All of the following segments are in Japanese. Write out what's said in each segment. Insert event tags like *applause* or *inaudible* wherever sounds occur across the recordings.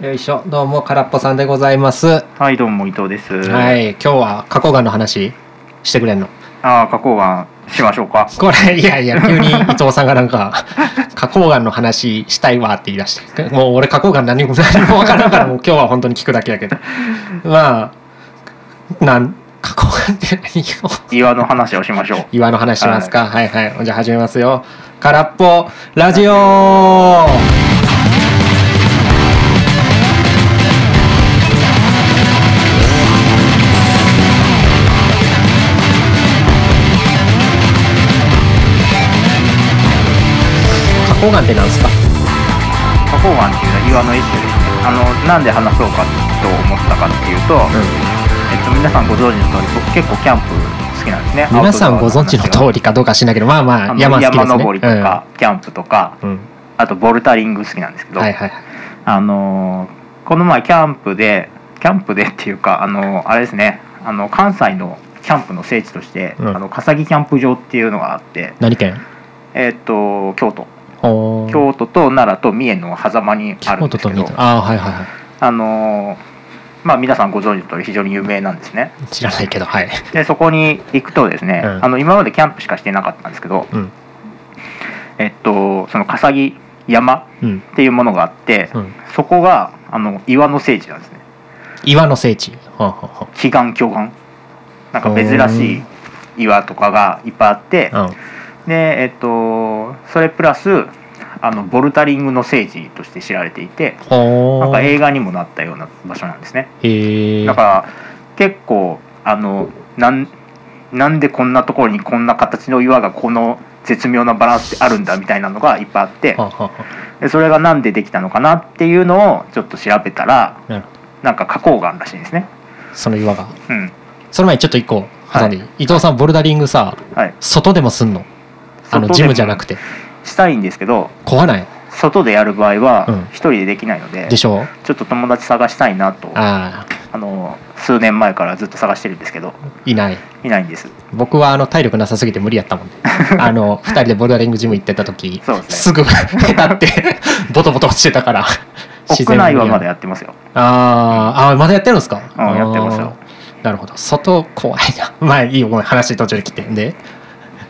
よいしょどうも空っぽさんでございます、はい、どうも伊藤です。。はいい今日は花崗岩の話してくれんのああ、花崗岩しましょうか。これいやいや急に伊藤さんがなんか「花崗岩の話したいわ」って言い出してもう俺花崗岩何も何も分からんからもう今日は本当に聞くだけやけどまあなん花崗岩って何よ岩の話をしましょう。岩の話しますか、はい、はいじゃあ始めますよ空っぽラジオ花崗岩ってなんですか花崗岩っていうのは岩の一種ですね。あの、なんで話そうかと思ったかっていうと、えっと、皆さんご存知の通り、僕結構キャンプ好きなんですね。皆さんアウごトドア存知の通りかどうか知らないけどまあまなあんですけどあの山好きですね山登りとか、キャンプとか、うん、うんあとボルタリング好きなんですけど、はいはいはいあのーこの前キャンプで、キャンプでっていうか、あのーあれですね、あの、関西のキャンプの聖地として、うんあの、笠木キャンプ場っていうのがあって、何県えっと、京都。ほー京都と奈良と三重の狭間にあるん京都ですとけ水ど戸ああはいはいはいあのーまあ皆さんご存知の通り非常に有名なんですね知らないけどはい、でそこに行くとですね、うんあの今までキャンプしかしてなかったんですけどうんえっとその笠木山うんっていうものがあって、うん、そこがあの岩の聖地なんですね岩の聖地ほうほうほう奇岩巨岩なんか珍しい岩とかがいっぱいあってうんでえっとそれプラスあのボルタリングの聖地として知られていてほなんかー映画にもなったような場所なんですねへえだから結構あのなんなんでこんなところにこんな形の岩がこの絶妙なバランスであるんだみたいなのがいっぱいあってはあはあはでそれがなんでできたのかなっていうのをちょっと調べたらあなるほどなんか花崗岩らしいんですね。その岩がうんその前にちょっと一個挟んでいい、伊藤さんボルダリングさはい、外でもすんのあの外でもジムじゃなくてしたいんですけど壊ない外でやる場合うんは一人でできないので、でちしょょっと友達探したいなとあああの数年前からずっと探してるんですけどいないいないんです。僕はあの体力なさすぎて無理やった *laughs* もんねあの2人でボルダリングジム行ってた時そうですねすぐへたってボトボト落ちてたから屋内はまだややってますよ。あーあーまだやってるんですかうんやってますよあーなるほど外怖いな *laughs* まあいいよごめん話途中で切ってで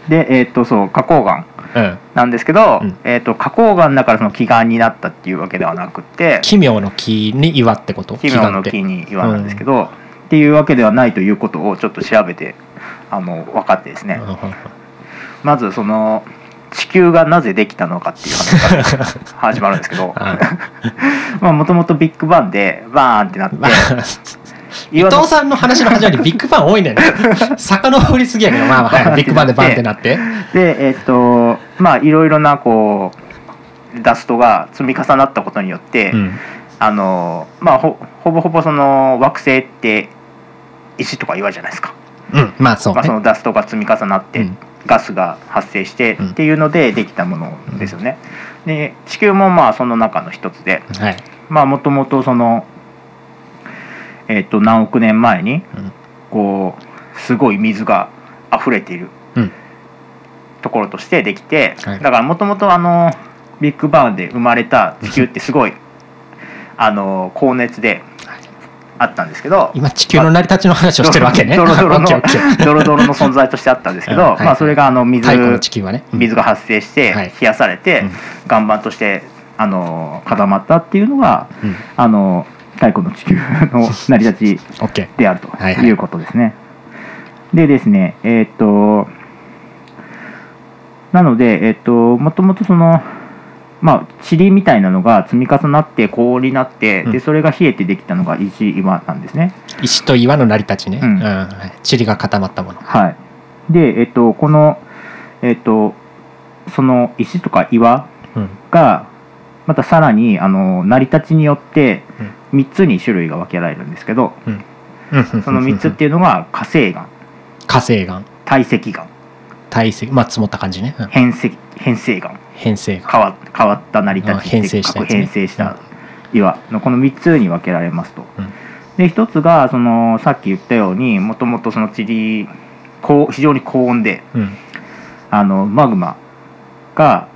でえっとそう花崗岩うんなんですけど、うんえー、と花崗岩だからその祈願になったっていうわけではなくて奇妙の木に岩ってこと奇妙の祈願木ってに岩なんですけど、っていうわけではないということをちょっと調べてあの分かってですうね、んうんうんまずその地球がなぜできたのかっていう話から始まるんです *laughs* けど *laughs* あもともとビッグバンでバーンってなってまあ伊岩の藤さんの話の始まりビッグバン多い *laughs* ねんな遡りすぎやけどまあまあはいビッグバンでバンってなってでえっ、とまあいろいろなこうダストが積み重なったことによって、うんあのまあほほぼほぼその惑星って石とか岩じゃないですか、うんまあそうまあ、そねのダストが積み重なって、うんガスが発生してうんっていうのでできたものですよね。で地球もまあその中の一つではいまあもともとそのえっ、と何億年前にうんこうすごい水が溢れているうんところとしてできて、はいだからもともとあのビッグバンで生まれた地球ってすごいあの高熱であったんですけど今地球の成り立ちの話をしてるわけねドロドロ *laughs* オッケーオッケーのドロドロの存在としてあったんですけど、うんはいまあ、それがあの水太古の地球はねうん水が発生してはい冷やされて、うん岩盤としてあの固まったっていうのがうんあの太古の地球の成り立ちオッケーであるとはいはいいうことですね。でですねえーっとなのでえーっともともとそのまあ塵みたいなのが積み重なって氷になって、うんでそれが冷えてできたのが石岩なんですね。石と岩の成り立ちね、ううんんはい地理が固まったものはい、でえーっとこのえーっとその石とか岩うんがまたさらにあの成り立ちによってうん3つに種類が分けられるんですけどその3つっていうのが火成岩火星岩堆積岩体積まあ積もった感じね、うん、変石変成岩変成岩変わ変わった成り立ちっていうあ変成したやつね変成した岩のこの3つに分けられますと。うんで1つがそのさっき言ったようにもともとその地理高非常に高温でうんあのマグマが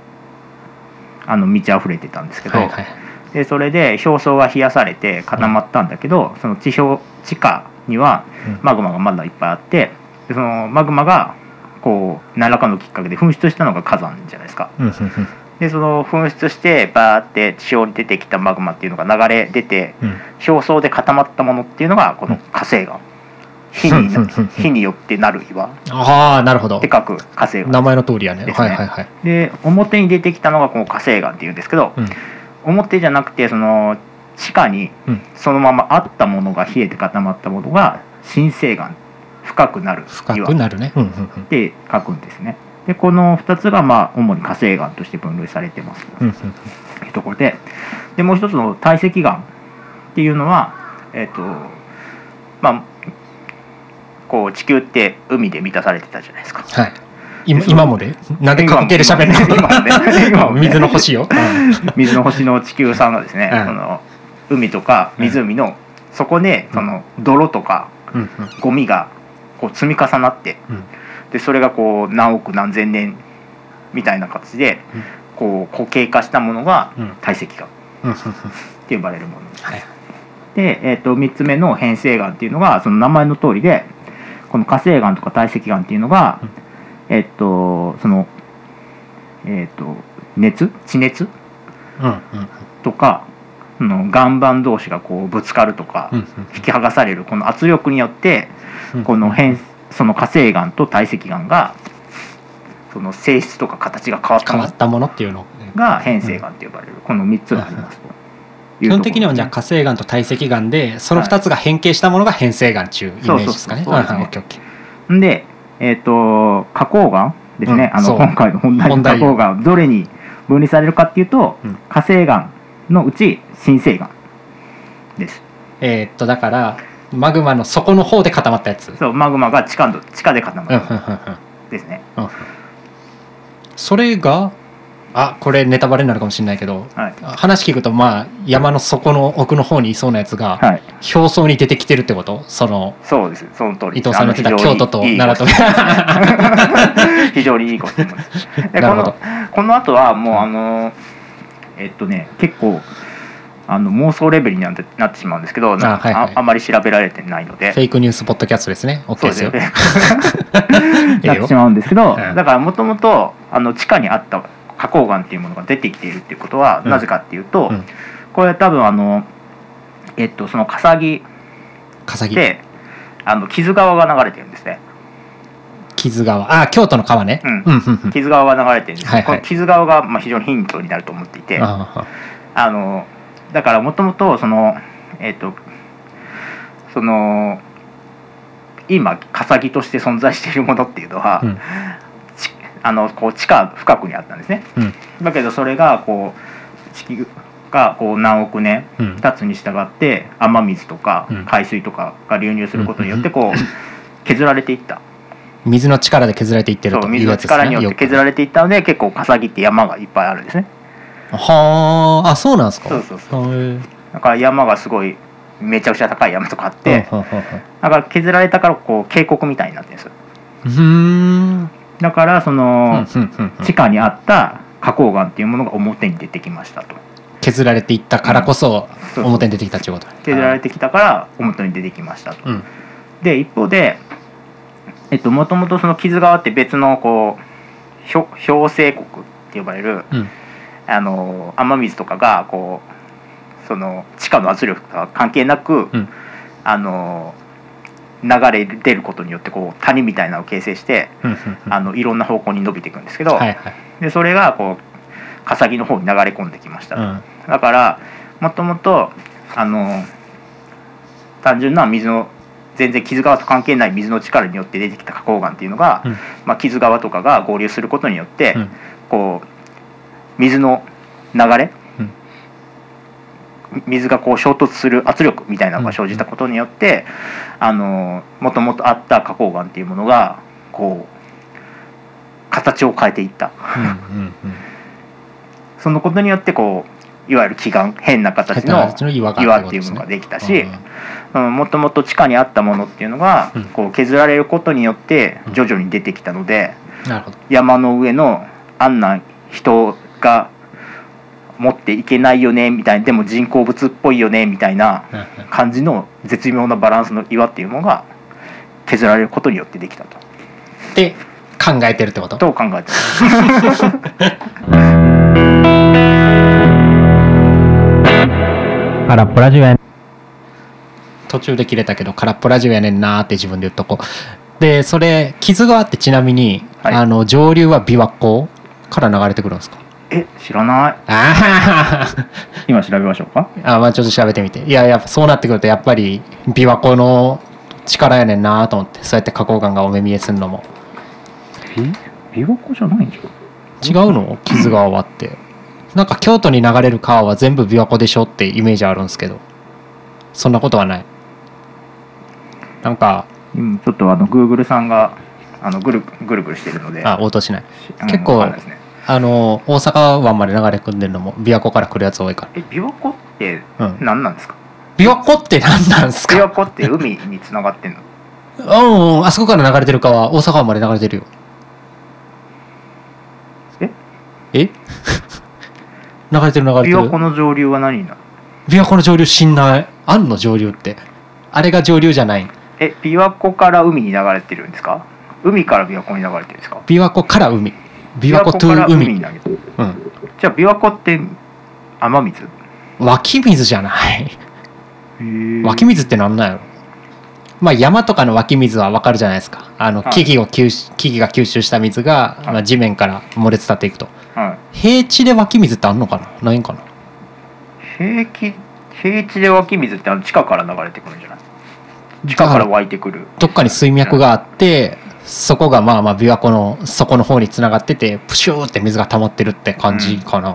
あの満ち溢れてたんですけど、はいはいででそれで表層が冷やされて固まったんだけど、その地表地下にはうんマグマがまだいっぱいあってでそのマグマがこう何らかのきっかけで噴出したのが火山じゃないですか。うんうんうんでその噴出してバーって地表に出てきたマグマっていうのが流れ出てうん表層で固まったものっていうのがこの火成岩火にうんうんうんうん火によってなる岩ああなるほどでかく火成岩名前の通りやねですはねいはいはいで表に出てきたのがこの火成岩っていうんですけど、うん表じゃなくてその地下にうんそのままあったものが冷えて固まったものが新生岩深くなる深岩くなるねうんうんで書くんですねでこの2つがまあ主に火成岩として分類されてますうんうんうんというところででもう一つの堆積岩っていうのはえっ、とまあこう地球って海で満たされてたじゃないですか。はい今今もでなんで関係で喋る今もね今ものね *laughs* 水の星よ水の星の地球さんがですね、うんその海とか湖の、そこでその泥とかうんうんゴミがこう積み重なって、うんでそれがこう何億何千年みたいな形で、うんこう固形化したものがうんうん堆積岩っうんうんて呼ばれるものはいで、えー、と3つ目の変成岩っていうのがその名前の通りでこの火成岩とか堆積岩っていうのが、えっ、とそのえっ、と熱地熱うんうんとかその岩盤同士がこうぶつかるとか、うん引き剥がされるこの圧力によってうんこの変その火成岩と堆積岩がその性質とか形が変わった変もわのったものっていうのが変成岩って呼ばれるこの3つがありますと基本的にはじゃああ火星岩と堆積岩でその2つが変形したものが変成岩っていうイメージですかね。そうそうそうはいはいオッケーオッケーでえっ、と花崗岩ですね、うんあそのう今回の本題の本題花崗岩どれに分離されるかっていうと、うん火成岩のうち新生岩ですえーっとだからマグマの底の方で固まったやつ。うんうんそうマグマが地下の地下で固まうんうるんですね、うんうんそれがあこれネタバレになるかもしれないけどはい話聞くとまあ山の底の奥の方にいそうなやつがはい表層に出てきてるってことそのそうですその通り伊です藤さんの言ってあたの京都と非常に奈良と。 *laughs* いい *laughs* 非常にいいコスチュームです。でなこるほどのこの後はもうあのえっとね結構あの妄想レベルになってなってしまうんですけどなあはいはいああまり調べられてないのでフェイクニュースポッドキャストですね。オッケーですよ。ねええな *laughs* ってよし。まうんですけど、うんだからもともとあの地下にあった花崗岩っていうものが出てきているっていうことはうんなぜかっていうと、うんこれは多分あのえっとその笠サギ笠木であの木津川が流れてるんですね。木津川あ京都の川ね。うんうんうんうん木津川が流れてるんです、はいはいこの木津川がまあ非常にヒントになると思っていてああのだからもともとそのえっ、とその今化石として存在しているものっていうのは、うんちあのこう地下深くにあったんですね、うんだけどそれがこう地球がこう何億年ーうん経つに従って雨水とかうん海水とかが流入することによって *laughs* こう削られていった水の力で削られていってるそとうい水うやのつですね。力によって削られていったので結構笠木って山がいっぱいあるんですねはあ、あ、そうなんですか。そうそうそうへーだから山がすごいめちゃくちゃ高い山とかあって、うんうんうんだから削られたからこう渓谷みたいになってるんですようん。うだからそーんの、うんうんうん地下にあった花崗岩っていうものが表に出てきましたと削られていったからこそ、そう表に出てきたっていうこと。削られてきたから表に出てきましたとうん。で一方でえっともともとその傷川って別のこうひょ氷成国って呼ばれるうん。あの雨水とかがこうその地下の圧力とか関係なく、うんあの流れ出ることによってこう谷みたいなのを形成して、うん。うんあのいろんな方向に伸びていくんですけど、はいはい。でそれがこう笠木の方に流れ込んできました、うん。だからもともとあの単純な水の全然傷川と関係ない水の力によって出てきた花崗岩っていうのが、うんまあ、傷川とかが合流することによって、うんこう水の流れ、うん水がこう衝突する圧力みたいなのが生じたことによって、あのもともとあった花崗岩っていうものがこう形を変えていったうん。うん。うんそのことによってこういわゆる奇岩変な形変なの形の岩が岩っていうものができたし、うんもともと地下にあったものっていうのが、うんこう削られることによってうん徐々に出てきたので、うんなるほど。山の上のあんな人が持っていけないよねみたいなでも人工物っぽいよねみたいなうんうん感じの絶妙なバランスの岩っていうのが削られることによってできたとって考えてるってことと考えてます空っぽラジオや途中で切れたけど空っぽラジオやねんなーって自分で言っとこうでそれ傷があってちなみに、はいあの上流は琵琶湖から流れてくるんですかえ知らないあー今調べましょうかあまあちょっと調べてみていややっぱそうなってくるとやっぱり琵琶湖の力やねんなーと思ってそうやって花崗岩がお目見えするのも琵琶湖じゃないんじゃん違うの傷が終わってなんか京都に流れる川は全部琵琶湖でしょってイメージあるんですけどそんなことはないなんかうんちょっとあのグーグルさんがあのぐるぐるぐるしてるのであ応答しないあの結構わかんないですねあの大阪湾まで流れ込んでるのも琵琶湖から来るやつ多いかえ琵琶湖ってら、うん、何なんですか琵琶湖って何なんす琵か琶湖って海につなが *laughs* ってんのうんうんあそこから流れてるかは大阪湾まで流れてるよええ *laughs* 流れてる流れて琵る琶湖の上流は何になる琵琶湖の上流知んないあんの上流ってあれが上流じゃないえ琵琶湖から海に流れてるんですか海から琵琶湖に流れてるんですか琵琶湖から海琵琶湖とから海に流れてるうん、じゃあ琵琶湖って雨水へ湧き水じゃないー湧き水ってなんなんやろまあ山とかの湧き水はわかるじゃないですかあのはい木々を吸収木々が吸収した水が、はいまあ、地面から漏れ伝っていくとはい平地で湧き水ってあんのかなないんかな平気平地で湧き水ってあの地下から流れてくるんじゃない地下から湧いてくるどっかに水脈があってそこがまあまあ琵琶湖の底の方につながっててプシューって水が溜まってるって感じかな、い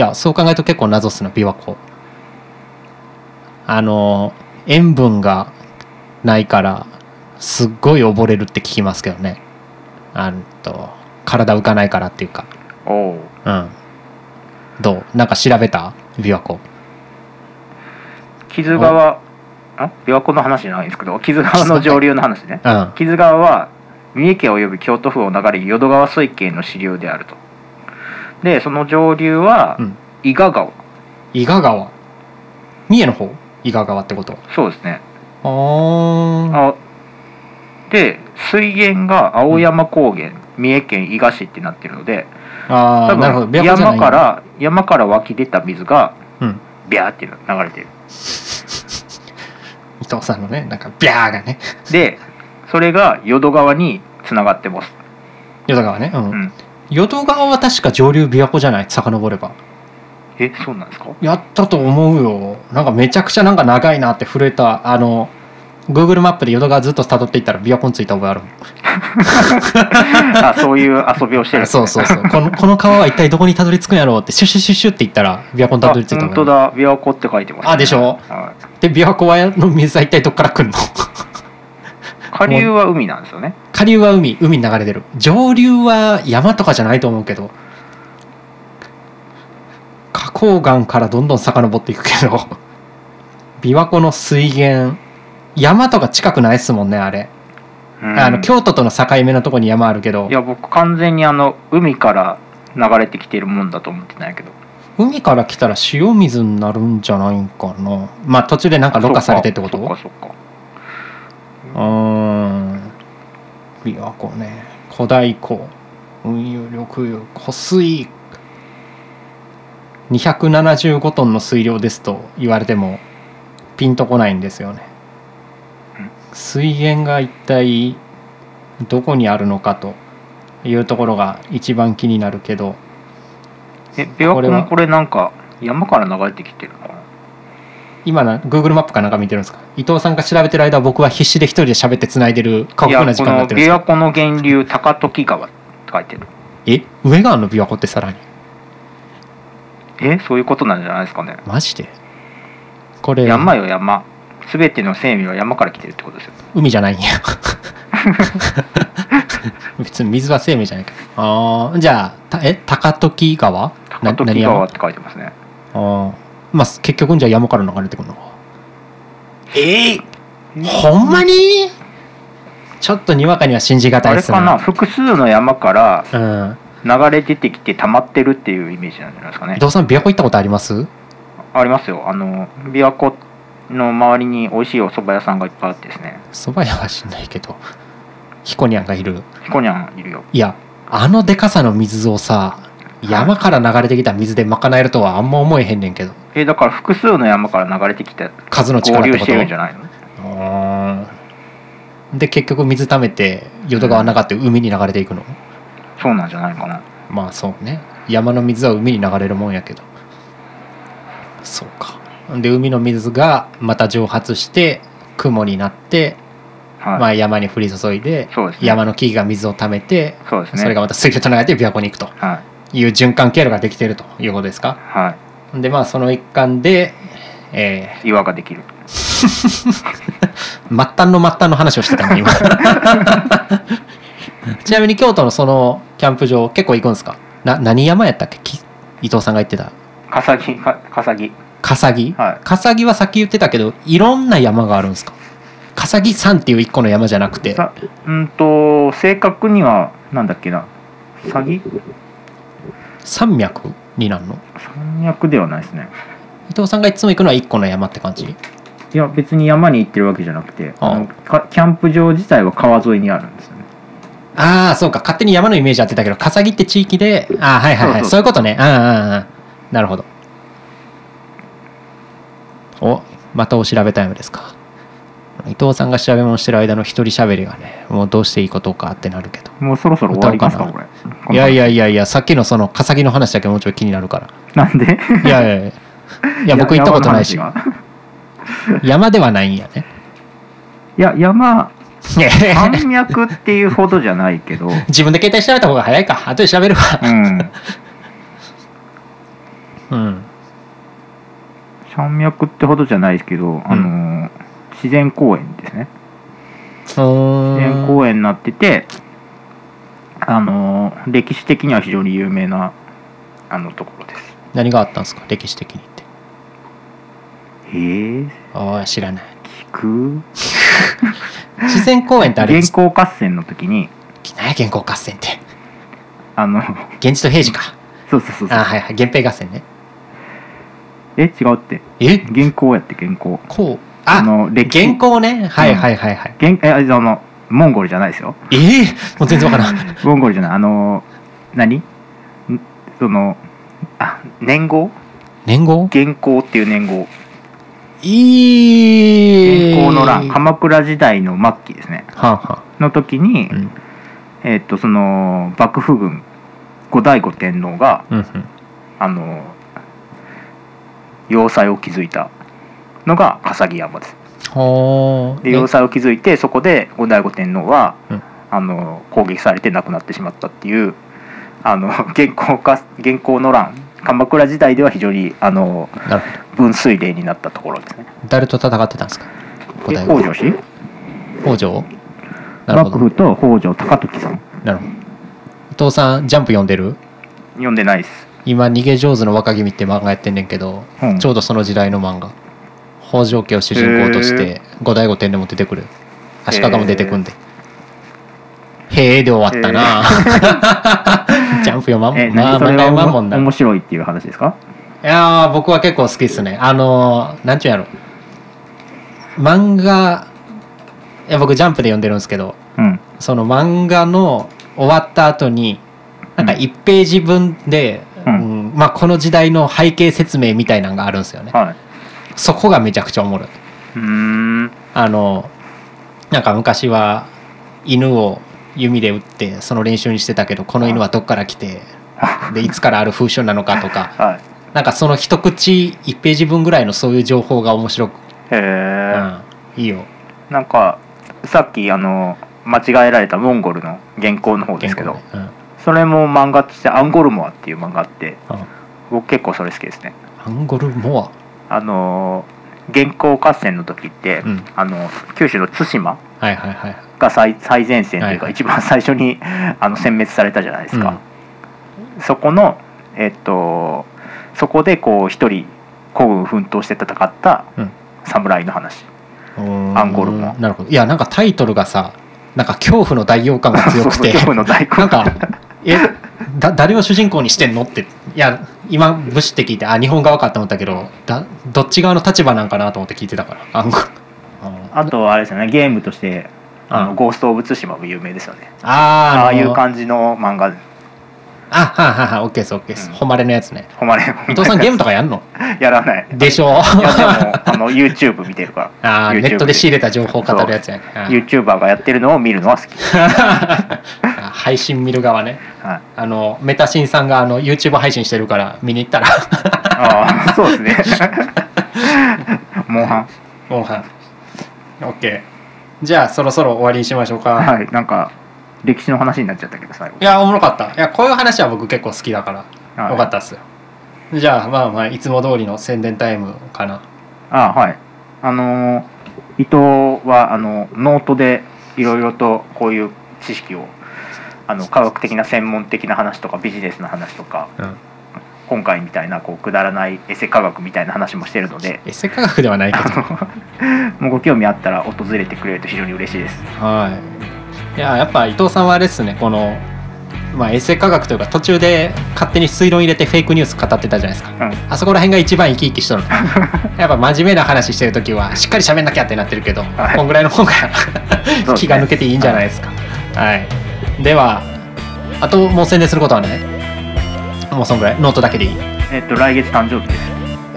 やそう考えると結構謎っすな琵琶湖あの塩分がないからすっごい溺れるって聞きますけどねあんと体浮かないからっていうかおおうんどうなんか調べた琵琶湖木津川あ琵琶湖の話じゃないんですけど木津川の上流の話ねうん木津川は三重県及び京都府を流れる淀川水系の支流であるとでその上流はうん伊賀川、伊賀川三重の方伊賀川ってことはそうですねああで水源が青山高原、三重県伊賀市ってなってるのであ多ーなるほど分琵琶湖じゃな山いから山から湧き出た水がうんビャーって流れてる伊藤さんのねなんかビャーがねでそれが淀川につながってます、淀川ねうん、うん、淀川は確か上流琵琶湖じゃない遡ればえそうな *laughs* んですかやったと思うよなんかめちゃくちゃなんか長いなって震えたあの Google マップで淀川ずっと辿っていったら琵琶湖についた覚えあるもんあそういう遊びをしてるんですそね、うそうそうこのこの川は一体どこにたどり着くんやろうってシュッシュッシュッシュッって言ったら琵琶湖にたどり着いあた本当だだ琵琶湖って書いてます、あでしょはいで琵琶湖はの水は一体どっから来んの下流は海なんですよね下流は海海に流れてる上流は山とかじゃないと思うけど花崗岩からどんどん遡っていくけど琵琶湖の水源山とか近くないっすもんねあれ、うんあの京都との境目のとこに山あるけどいや僕完全にあの海から流れてきてるもんだと思ってないけど海から来たら塩水になるんじゃないんかなまあ途中でなんかろ過されてってことそっかそっかうーん琵琶湖ね古代湖運輸緑油湖水275トンの水量ですと言われてもピンとこないんですよね水源が一体どこにあるのかというところが一番気になるけどえ琵琶これ湖はもこれなんか山から流れてきてるのかな今な Google マップかなんか見てるんですか伊藤さんが調べてる間僕は必死で一人で喋ってつないでる過酷いやな時こ間になのってるんで琵す琶湖の源流高時川って書いてるえ上があんの琵琶湖ってさらにえそういうことなんじゃないですかねマジでこれ山よ山すべての生命は山から来てるってことですよ海じゃないんや *laughs* 別に水は生命じゃないからああじゃあたえ高時川な高時川何って書いてますねあーまあ結局じゃあ山から流れてくるのかええほんまにちょっとにわかには信じがたあいでれすかな複数の山からうん流れ出てきて溜まってるっていうイメージなんじゃないですかね伊藤さん琵琶湖行ったことありますありますよあの琵琶湖の周りに美味しいお蕎麦屋さんがいっぱいあってですねそば屋はしないけどひこにゃんがいるひこにゃんいるよいやあのでかさの水をさ山から流れてきた水で賄えるとはあんま思えへんねんけどえだから複数の山から流れてきて数の合力っ流てことしてるんじゃないのうーんで結局水溜めて淀川流って海に流れていくの、そうなんじゃないかなまあそうね山の水は海に流れるもんやけどそうかで海の水がまた蒸発して雲になって、はい、まあ、山に降り注いでそうですね山の木々が水を溜めてそうですねそれがまた水流と流れて琵琶湖に行くとはいいう循環経路ができてるということですかはでまあその一環で、えい岩ができるー末端の末端の話をしてたの *laughs* 今ちなみに京都のそのキャンプ場結構行くんですかな何山やったっけき伊藤さんが言ってた笠木か笠木笠木、はい笠木はさっき言ってたけどいろんな山があるんですか笠木山っていう一個の山じゃなくてさうんと正確にはなんだっけな詐欺山脈になるの山脈ではないですね伊藤さんがいつも行くのは一個の山って感じいや別に山に行ってるわけじゃなくてあああのかキャンプ場自体は川沿いにあるんですよねああそうか勝手に山のイメージあってたけど笠木って地域でああはいはいはいそうそうそういうことねうんうんうんなるほどおまたお調べタイムですか伊藤さんが調べ物してる間の一人喋りがねもうどうしていいことかってなるけどもうそろそろ終わりますか歌おうこれいやいやいやいやさっきのその笠木の話だけもうちょい気になる *laughs* からなんでいやいやいやいや僕行ったことないし山の話が山ではないんやねいや山山脈っていうほどじゃないけどうん *laughs* 自分で携帯調べた方が早いか後で調べるわうん山脈ってほどじゃないですけどあのー、自然公園ですね自然公園になっててあのー歴史的には非常に有名なあのところです何があったんですか歴史的にってへえああ知らない聞く自然公園ってあれ原稿合戦の時に何や原稿合戦ってあの *laughs* 現地と平時かそうそうそうそうあはいはい源平合戦ねえ違うってえ原稿やって原稿こうああの歴原稿ねはいはいはいはい、原えあのモンゴルじゃないですよええもう全然わからんモンゴルじゃないあの何んそのあ年号年号元寇っていう年号いい元寇の乱はん鎌倉時代の末期ですねはの時に、んうんえっとその幕府軍後醍醐天皇がうんうんあの要塞を築いたのが笠木山ですほーで要塞を築いてそこで後醍醐天皇は、うんあの攻撃されて亡くなってしまったっていうあの *laughs* 元寇か元寇の乱鎌倉時代では非常にあのなるほど分水嶺になったところですね。誰と戦ってたんですかで答え北条氏北条なるほ幕ど府と北条高時さんなるほど伊藤さんジャンプ読んでる読んでないです。今「逃げ上手の若君」って漫画やってんねんけど、うんちょうどその時代の漫画北条家を主人公としへて後醍醐天皇も出てくる足利も出てくんで「へえ」で終わったな *laughs* ジャンプ読まんもえんな何そ漫れ画は読まんおもんもな面白いっていう話ですかいやー僕は結構好きっすねあのーなんちゅうんやろ漫画いや僕ジャンプで読んでるんですけどうん。その漫画の終わった後になんか1ページ分で、ううんんまあ、この時代の背景説明みたいなのがあるんですよねはい。そこがめちゃくちゃおもろいうーん。あのなんか昔は犬を弓で撃ってその練習にしてたけどこの犬はどっから来てでいつからある風習なのかとかはい。なんかその一口1ページ分ぐらいのそういう情報が面白く、へえ、うん、いいよなんかさっきあの間違えられたモンゴルの原稿の方ですけど、原稿ねそれも漫画としてアンゴルモアっていう漫画あってうん、あ僕結構それ好きですねアンゴルモあの原稿合戦の時って、ア、うん、あの九州の対馬はいはいはいが最最前線というか、はい一番最初に *laughs* あの殲滅されたじゃないですか、そこのえっとそこでこう一人孤軍奮闘して戦ったうん侍の話、アアンゴルモアなるほどいやなんか *laughs* タイトルがさなんか恐怖の代用感が強くて恐怖の大根なんかえだ誰を主人公にしてんのっていや今武士って聞いてあ日本側かと思ったけどだどっち側の立場なんかなと思って聞いてたから暗号あとあれですよねゲームとして「うあのんゴースト・オブ・ツシマ」も有名ですよねああああいうじ感じの漫画あはいはいはいオッケーですオッケーですうん誉れのやつね誉れ伊藤さんゲームとかやんのやらないでしょいやでもあの YouTube 見てるからああ YouTube ネットで仕入れた情報を語るやつやね *laughs* あー YouTuber がやってるのを見るのは好き、あ配信見る側ねはい、あのメタシンさんがあの YouTube 配信してるから見に行ったらああそうですねモンハン *laughs* もうはい OK じゃあそろそろ終わりにしましょうか、はいなんか歴史の話になっちゃったけど最後い、やおもろかったいやこういう話は僕結構好きだから、はいよかったっすよじゃあまあまあいつも通りの宣伝タイムかなあはいあのー伊藤はあのノートでいろいろとこういう知識をあの科学的な専門的な話とかビジネスの話とかうん今回みたいなこうくだらないエセ科学みたいな話もしてるので *laughs* エセ科学ではないけどあのもうご興味あったら訪れてくれると非常に嬉しいですはいいややっぱ伊藤さんはあれっすねこのまあエセ科学というか途中で勝手に推論入れてフェイクニュース語ってたじゃないですかうんあそこら辺が一番生き生きしと *laughs* るやっぱ真面目な話してる時はしっかり喋んなきゃってなってるけど、はいこんぐらいの方がそうですね気が抜けていいんじゃないですかはい、ではあともう宣伝することはねもうそんぐらいノートだけでいいえっと来月誕生日です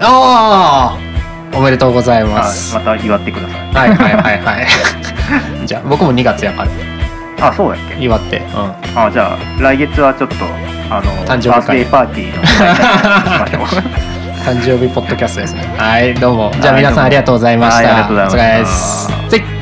ああおめでとうございまあすまた祝ってくださいはいはいはいはい *laughs* じゃあ僕も2月やからあそうだっけ祝ってうんあじゃあ来月はちょっとあの誕生日会バースデーパーティーの開催をしましょう誕生日ポッドキャストですねはいどうもじゃあはい皆さんありがとうございましたはいありがとうございましたお疲れ様ですぜい